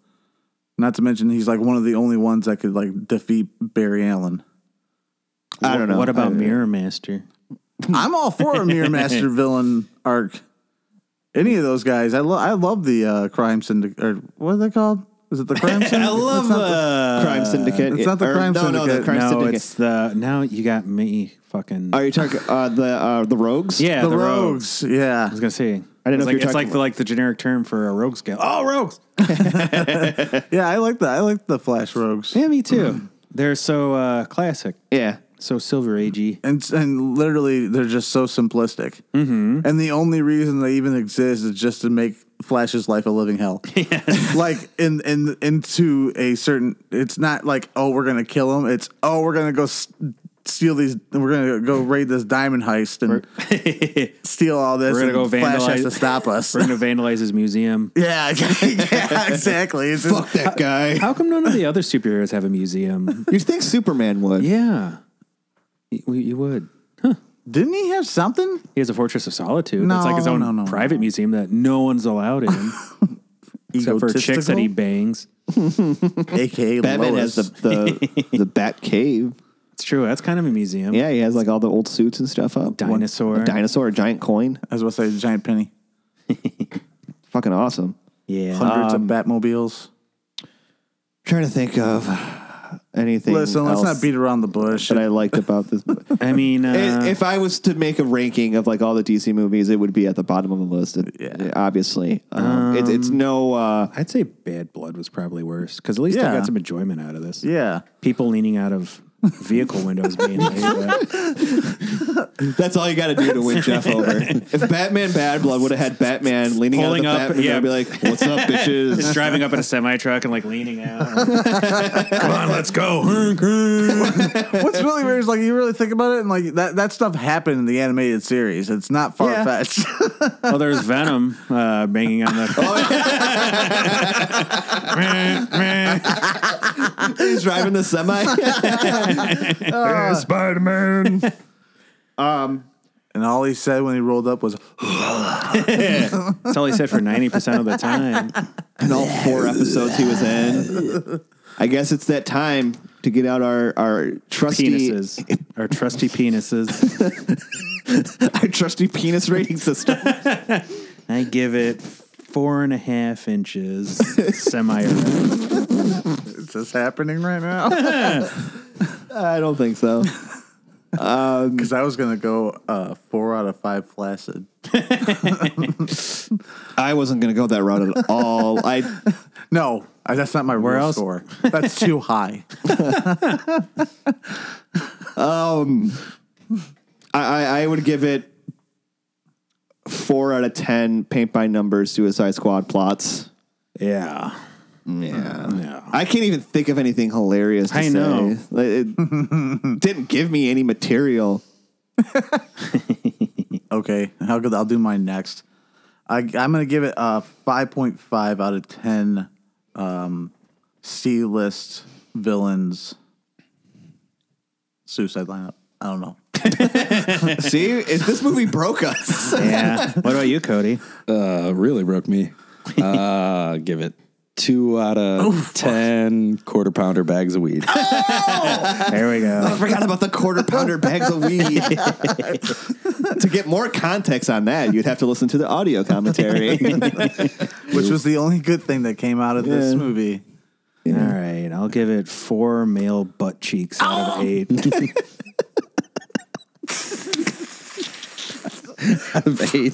B: Not to mention he's like one of the only ones that could like defeat Barry Allen.
A: I don't know.
C: What about
A: I-
C: Mirror Master?
B: I'm all for a mirror master villain arc. Any of those guys, I love. I love the uh, crime syndicate. Or what are they called? Is it the crime syndicate?
C: I love
B: It's not the-
C: uh,
A: Crime Syndicate.
B: it's not the
A: Or-
B: Crime
A: no, No, the
B: Syndicate.
A: Crime
C: no,
A: Syndicate.
C: it's the now you got me fucking.
A: Are you talking uh, the uh, the rogues?
C: yeah,
B: the, rogues. Yeah,
C: I was gonna say.
A: I didn't know if you
C: it's like,
A: were
C: it's like
A: talking
C: the, like the generic term for a rogues gal. Oh, rogues.
B: yeah. I like that. I like the Flash rogues.
C: Yeah, me too. They're so uh, classic,
A: Yeah.
C: so silver agey.
B: And and literally, they're just so simplistic. Mm-hmm. And the only reason they even exist is just to make Flash's life a living hell. like in in into a certain. It's not like oh we're gonna kill him. It's oh we're gonna go. s Steal these. We're gonna go raid this diamond heist and steal all this.
C: We're gonna
B: and
C: go
B: Flash has
C: vandalize-
B: to stop us.
C: We're gonna vandalize his museum.
B: yeah, yeah, exactly. It's just-
A: Fuck that guy.
C: How come none of the other superheroes have a museum?
A: You think Superman would?
C: yeah, Y- you, you would.
B: didn't he have something?
C: He has a fortress of solitude.
B: No,
C: That's like his own
B: no, no,
C: private museum that no one's allowed in, except for chicks that he bangs.
B: aka
A: Batman has
B: Lois.
A: the the, the Bat Cave.
C: It's true. That's kind of a museum.
A: Yeah, he has like all the old suits and stuff up.
C: Dinosaur.
A: a dinosaur, Uh, a giant coin.
B: I was about to say giant penny,
A: Fucking awesome.
C: Yeah.
B: hundreds of Batmobiles.
A: Trying to think of anything.
B: Listen, let's
A: else
B: not beat around the bush.
A: that I liked about this.
C: I mean, uh,
A: I- if I was to make a ranking of like all the DC movies, it would be at the bottom of the list. It-
B: Yeah.
A: obviously, um, it's it's no. Uh,
C: I'd say Bad Blood was probably worse because at least I
B: Yeah.
C: got some enjoyment out of this.
B: yeah,
C: People leaning out of vehicle windows being laid but
A: that's all you got to do to win Jeff over. If Batman Bad Blood would have had Batman leaning out of
C: Pulling
A: the
C: up,
A: Batman,
C: yeah.
A: I'd be like, "What's up, bitches?"
C: Just driving up in a semi truck and like leaning out. Come on, let's go.
B: what's really weird is like you really think about it, and like that that stuff happened in the animated series. It's not far fetched.
C: well, there's Venom uh, banging on the.
A: He's driving the semi.
C: Spider Man.
B: and all he said when he rolled up was,
C: That's all he said for 90% of the time.
A: in all four episodes he was in. I guess it's that time to get out our our trusty
C: Penises. Our trusty penises.
A: our trusty penis rating system.
C: I give it four and a half inches semi erect.
B: "Is this happening right now?"
A: I don't think so.
B: Because I was gonna go uh, four out of five flaccid.
A: I wasn't going to go that route at all. I
B: No, I- that's not my real
C: else?
B: score. That's too high.
A: I I, I would give it four out of ten paint by numbers Suicide Squad plots.
C: Yeah.
A: Yeah.
C: Yeah.
A: I can't even think of anything hilarious. To
C: Mm. I
A: say.
C: know.
A: Like, it didn't give me any material.
B: Okay, how good. I'll do mine next. I, I'm gonna give it uh, a 5.5 out of 10. Um, C list villains. Suicide lineup. I don't know.
A: See, if this movie broke us.
C: Yeah. What about you, Cody?
D: Uh, really broke me. Uh, give it two out of ten quarter pounder bags of weed.
C: There we go.
A: I forgot about the quarter pounder bags of weed. to get more context on that, you'd have to listen to the audio commentary.
B: Which was the only good thing that came out of this
A: Yeah.
B: movie.
C: All right. I'll give it four male butt cheeks out of eight.
D: out of eight.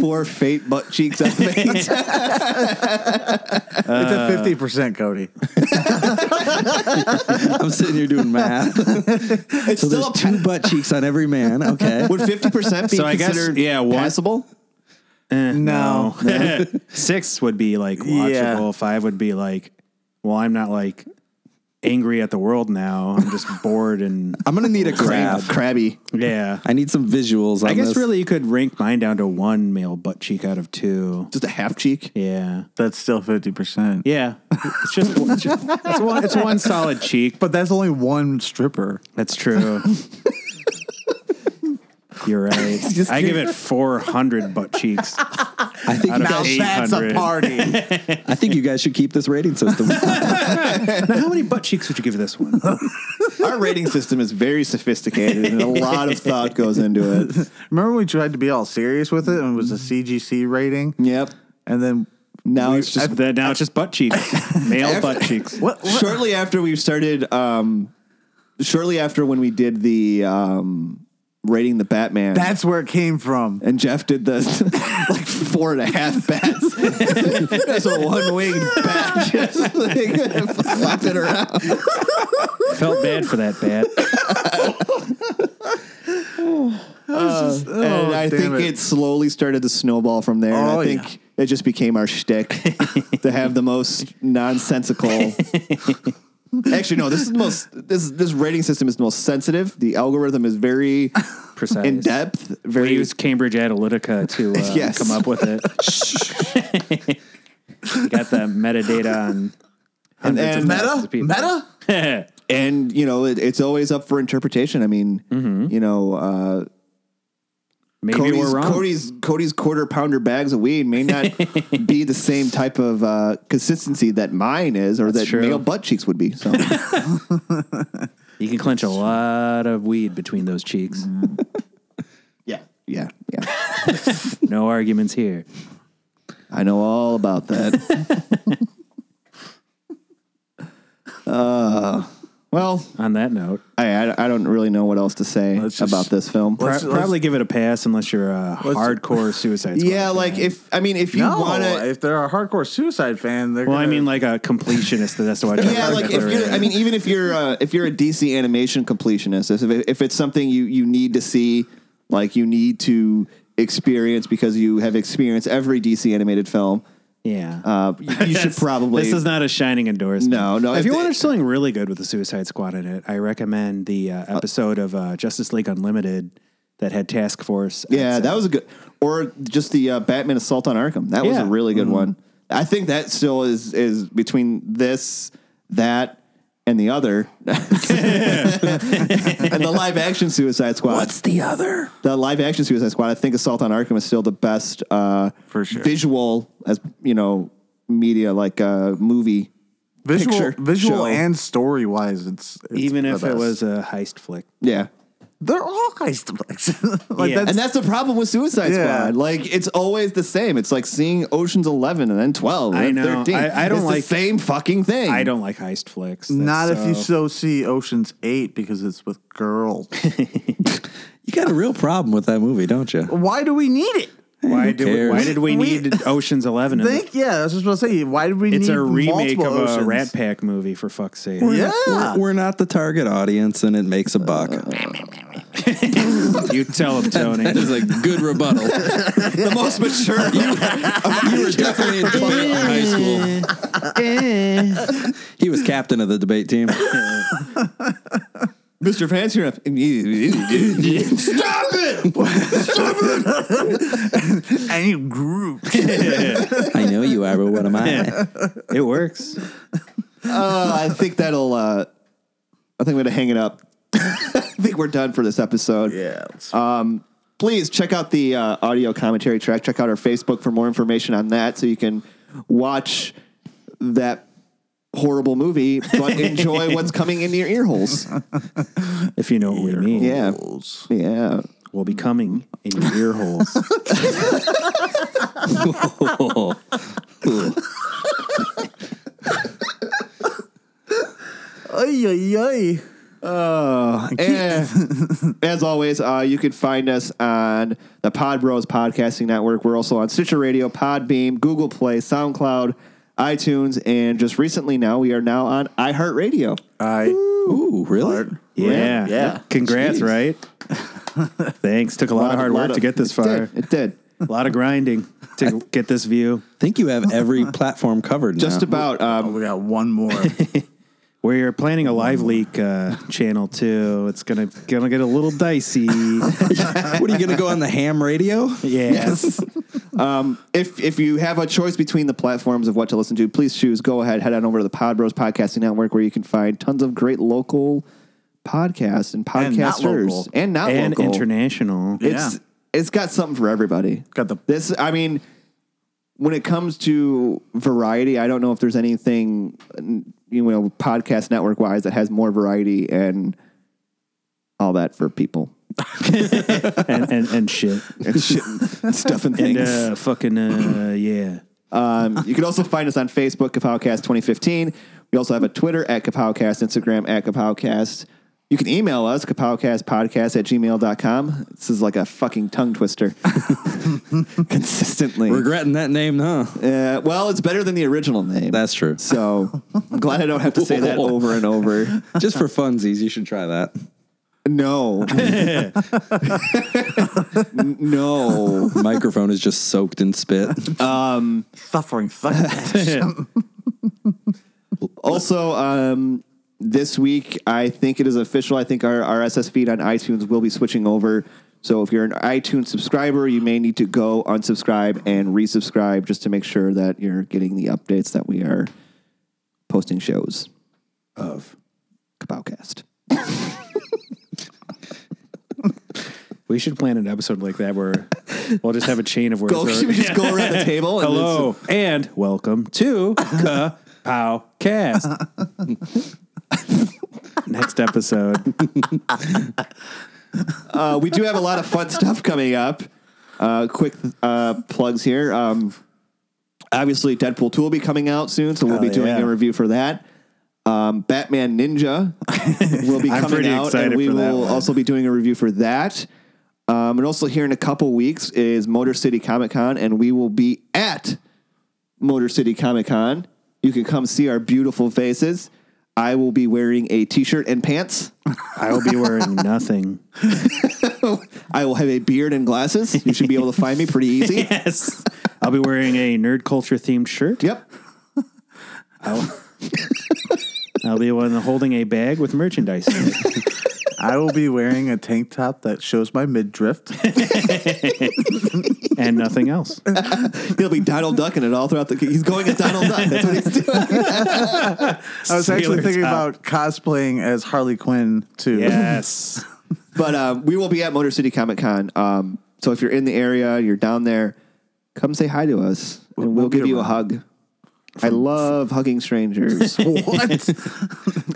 A: Four fate butt cheeks out of eight.
B: it's a fifty percent, Cody.
D: I'm sitting here doing math.
A: It's
D: so
A: still
D: there's
A: a pa-
D: two butt cheeks on every man. Okay.
A: Would fifty percent be
C: So I guess,
A: considered
C: yeah, one-
A: passable?
C: Eh,
B: No.
C: Six would be like watchable.
B: Yeah.
C: Five would be like, well, I'm not like angry at the world now. I'm just bored and
D: I'm gonna need a
A: Crab,
D: graph.
A: crabby.
C: yeah.
D: I need some visuals. On
C: I guess
D: this.
C: really you could rank mine down to one male butt cheek out of two.
A: Just a half cheek.
C: Yeah.
B: That's still fifty percent.
C: Yeah. It's just, it's just- it's one, it's one solid cheek.
B: But that's only one stripper.
C: That's true. You're right. I give it 400 butt cheeks.
D: I think you
C: of
D: guys,
C: eight.
B: that's a
C: 800.
B: party.
D: I think you guys should keep this rating system.
C: Now, how many butt cheeks would you give this one?
A: Our rating system is very sophisticated, and a lot of thought goes into it.
B: Remember when we tried to be all serious with it and it was a CGC rating?
A: Yep.
B: And then
A: Now it's just
C: Then now it's just butt cheeks, male butt cheeks.
B: what? what-
A: shortly after we started um shortly after when we did the um rating the batman
B: That's where it came from.
A: and jeff did the like four and a half bats that's a one-winged bat just like, flapping around
C: Felt bad for that bat. Oh,
A: and i
B: Oh, damn
A: think it.
B: it.
A: slowly started to snowball from there and
B: Oh,
A: i think it just became our shtick to have the most nonsensical Actually, no. This is the most. This this rating system is the most sensitive. The algorithm is very
C: Precise.
A: in depth. Very
C: We used Cambridge Analytica to uh,
A: Yes.
C: come up with it. Got the metadata on
A: and,
C: hundreds
A: and-
C: of thousands of people.
B: Meta?
A: and you know it, it's always up for interpretation. I mean, you know, uh,
C: Mm-hmm. Maybe
A: Cody's,
C: we're wrong.
A: Cody's Cody's quarter pounder bags of weed may not be the same type of uh, consistency that mine is, or that
C: true.
A: male butt cheeks would be. So
C: You can clench a lot of weed between those cheeks.
A: yeah, yeah, yeah.
C: No arguments here.
A: I know all about that. uh, Uh, well,
C: On that note,
A: I, I I don't really know what else to say
B: Let's just-
A: about this film.
C: pro-
B: Let's- let's-
C: probably give it a pass unless you're a hardcore Suicide Squad.
A: yeah,
C: fan.
A: like if I mean if you
B: no,
A: want to
B: if they're a hardcore suicide fan, they're
C: Well,
B: gonna,
C: I mean, like a completionist that has to watch.
A: yeah, like if you're, I mean, even if you're uh, if you're a DC animation completionist, if, if it's something you you need to see, like you need to experience because you have experienced every DC animated film,
C: yeah,
A: uh, you, you should
C: That's-
A: probably.
C: This is not a shining endorsement.
A: No, no,
C: If
A: if
C: you
A: they-
C: want to something really good with the Suicide Squad in it, I recommend the uh, episode of uh, Justice League Unlimited that had Task Force.
A: yeah,
C: X.
A: that was a good, or just the uh, Batman Assault on Arkham. That was a
C: Yeah. Mm-hmm.
A: really good one. I think that still is is between this that. And the other, and the live action Suicide Squad.
D: the other?
A: the live action Suicide Squad, I think Assault on Arkham is still the best uh,
B: For sure.
A: visual as you know media like uh, movie
B: visual,
A: picture
B: visual
A: show.
B: and story wise, it's, it's
C: even
B: the
C: if it
B: best.
C: was a heist flick.
A: yeah.
B: they're all heist flicks. like
C: Yeah.
A: And
B: that's,
A: that's the problem with Suicide
B: Yeah.
A: Squad. Like it's always the same. It's like seeing Ocean's Eleven and then twelve. And
C: I
A: then
C: know.
A: Thirteen.
C: I- I don't
A: It's
C: like-
A: the same fucking thing.
C: I don't like heist flicks. That's
B: not if you
C: so-
B: so see Ocean's Eight because it's with girls.
D: You got a real problem with that movie, don't you?
B: Why do we need it?
C: Why
D: Who
C: do we,
D: cares?
C: why did we
B: We-
C: need Ocean's Eleven? in it?
B: Think, yeah, I was just gonna say. Why do we
C: It's
B: need
C: a remake
B: multiple
C: of a
B: Oceans?
C: Rat Pack movie for fuck's sake.
B: Yeah.
D: We're, we're not the target audience, and it makes a buck.
C: You tell him, Tony.
D: It's a good rebuttal.
A: the most mature.
D: you were definitely a debater in high school. he was captain of the debate team.
A: Mr. Fancy Rep. Stop it!
B: Any group.
D: I know you are, but what am I?
C: it works.
A: Uh, I think that'll. Uh, I think we're gonna hang it up. I think we're done for this episode.
B: yeah.
A: please check out the uh, audio commentary track. Check out our Facebook for more information on that, so you can watch that horrible movie, but enjoy what's coming into your ear holes.
C: If you know what we mean.
A: Yeah, yeah.
C: Will be coming in your ear holes.
B: ay, ay.
A: And as always, uh, you can find us on the Pod Bros Podcasting Network. We're also on Stitcher Radio, Podbeam, Google Play, SoundCloud, iTunes, and just recently now we are now on iHeartRadio.
C: I
D: Ooh, really?
C: yeah
B: Yeah.
C: Congrats,
D: Jeez.
C: right? Thanks. Took a lot, of hard work
A: lot
C: to get this
A: it
C: far.
A: did, It did.
C: A lot of grinding to get this view.
D: think you have every platform covered
A: Just
D: now.
A: about. Um,
B: Oh, we got one more.
C: We're planning a live leak uh, channel too. It's gonna gonna get a little dicey.
D: what are you going to go on the ham radio?
C: yes.
A: if if you have a choice between the platforms of what to listen to, please choose. Go ahead, head on over to the Pod Bros Podcasting Network where you can find tons of great local podcasts and
B: And not
A: podcasters
B: local.
A: and not
C: and
A: local.
C: international.
A: It's
B: Yeah.
A: it's got something for everybody.
B: Got the-
A: this. I mean, when it comes to variety, I don't know if there's anything you know podcast network wise that has more variety and all that for people
C: and, and and shit
A: and shit and stuff and
C: and
A: things.
C: uh, fucking uh, yeah.
A: Um, you can also find us on Facebook, Kapowcast 2015. We also have a Twitter at Kapowcast, Instagram at Kapowcast. You can email us, kapowcastpodcast at gmail.com. This is like a fucking tongue twister. Consistently.
D: Regretting that name, huh?
A: Uh, well, it's better than the original name.
D: That's true.
A: so I'm glad I don't have to say that over and over.
D: Just for funsies, you should try that.
A: No. N- no.
D: Microphone is just soaked in spit.
B: suffering, suffering.
A: Also, um, this week, I think it is official. I think our our RSS feed on iTunes will be switching over. So if you're an iTunes subscriber, you may need to go unsubscribe and resubscribe just to make sure that you're getting the updates that we are posting shows of Kabowcast.
C: We should plan an episode like that where we'll just have a chain of words.
A: Go,
C: where-
A: should we just go around the table? And
C: Hello and welcome to Kapow Cast. Next episode.
A: Uh, we do have a lot of fun stuff coming up. Uh, quick uh, plugs here. Um, obviously, Deadpool 2 will be coming out soon, so we'll be
C: Hell
A: doing
C: yeah.
A: a review for that. Um, Batman Ninja will be
C: I'm
A: coming
C: pretty
A: out, and
C: excited
A: we
C: for that
A: will
C: one.
A: also be doing a review for that. Um, and also, here in a couple weeks is Motor City Comic Con, and we will be at Motor City Comic Con. You can come see our beautiful faces. I will be wearing a t shirt and pants.
C: I will be wearing nothing.
A: I will have a beard and glasses. You should be able to find me pretty easy.
C: Yes. I'll be wearing a nerd culture themed shirt.
A: Yep.
C: I'll be one holding a bag with merchandise. in it.
B: I will be wearing a tank top that shows my midriff.
C: and nothing else.
A: He'll be Donald ducking it all throughout the. He's going as Donald Duck. That's what he's doing.
B: I was
C: Sailor
B: actually thinking
C: top.
B: about cosplaying as Harley Quinn too.
C: Yes.
A: But um, we will be at Motor City Comic Con. Um, so if you're in the area, you're down there, come say hi to us, and we'll,
B: we'll be
A: give you a
B: around.
A: hug. I love hugging strangers. I
B: What?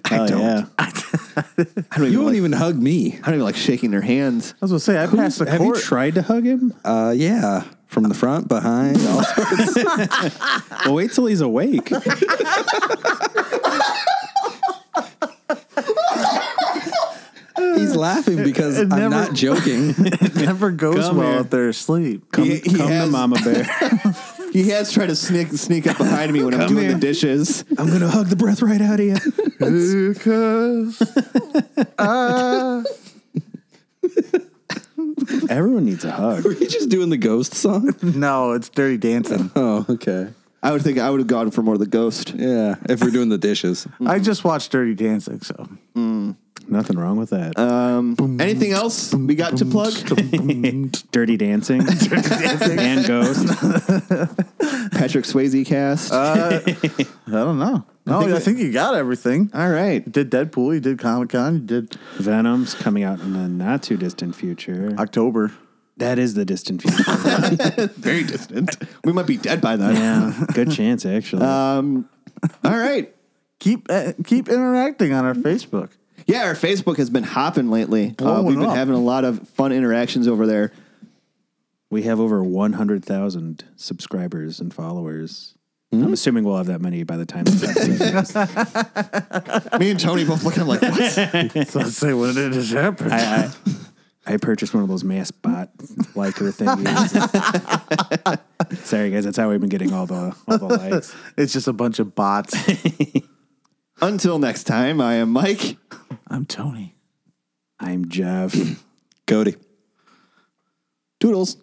B: I
C: Hell
B: don't.
C: yeah.
A: don't,
D: You
A: even
D: won't
A: like,
D: even hug me.
A: I don't even like shaking their hands.
B: I was gonna say I passed the
C: Have you
B: court.
C: tried to hug him?
D: Uh, yeah, from the front, behind. all-
C: Well, wait till he's awake.
D: He's laughing because
B: It
D: I'm
B: never-
D: not joking.
B: it never goes
C: Come
B: well
C: here.
B: if they're asleep.
C: Come,
A: He- he
C: come to
A: has-
C: Mama Bear.
A: He has tried to sneak sneak up behind me when I'm
C: Come
A: doing the
C: here.
A: dishes.
C: I'm going to hug the breath right out of you.
B: Because
C: Everyone needs a hug.
D: Were you just doing the ghost song?
B: no, it's dirty dancing.
D: Oh, okay.
A: I would think I would have gone for more of the ghost.
D: Yeah, if we're doing the dishes.
B: I just watched Dirty Dancing, so
C: Nothing wrong with that.
A: Anything else we got to plug?
C: Dirty Dancing and Ghost.
A: Patrick Swayze cast.
B: I don't know. No, I think,
A: we-
B: you got everything.
A: All right.
B: You did Deadpool, you did Comic Con, you did
C: Venom's coming out in the not too distant future.
B: October.
C: That is the distant future.
A: Very distant. We might be dead by then.
C: yeah. Good chance, actually.
A: All right.
B: Keep uh, keep interacting on our Facebook.
A: Yeah, our Facebook has been hopping lately. Uh,
B: Blowing
A: we've been
B: up.
A: having a lot of fun interactions over there.
C: we have over 100,000 subscribers and followers. I'm assuming we'll have that many by the time. this episode.
A: Me and Tony both looking like, what?
B: So let's say when it has happened.
C: I, I, I purchased one of those mass bot liker thingies. Sorry, guys, that's how we've been getting all the all the likes.
B: it's just a bunch of bots.
A: Until next time, I am Mike.
B: I'm Tony.
C: I'm Jeff.
D: Cody.
A: Toodles.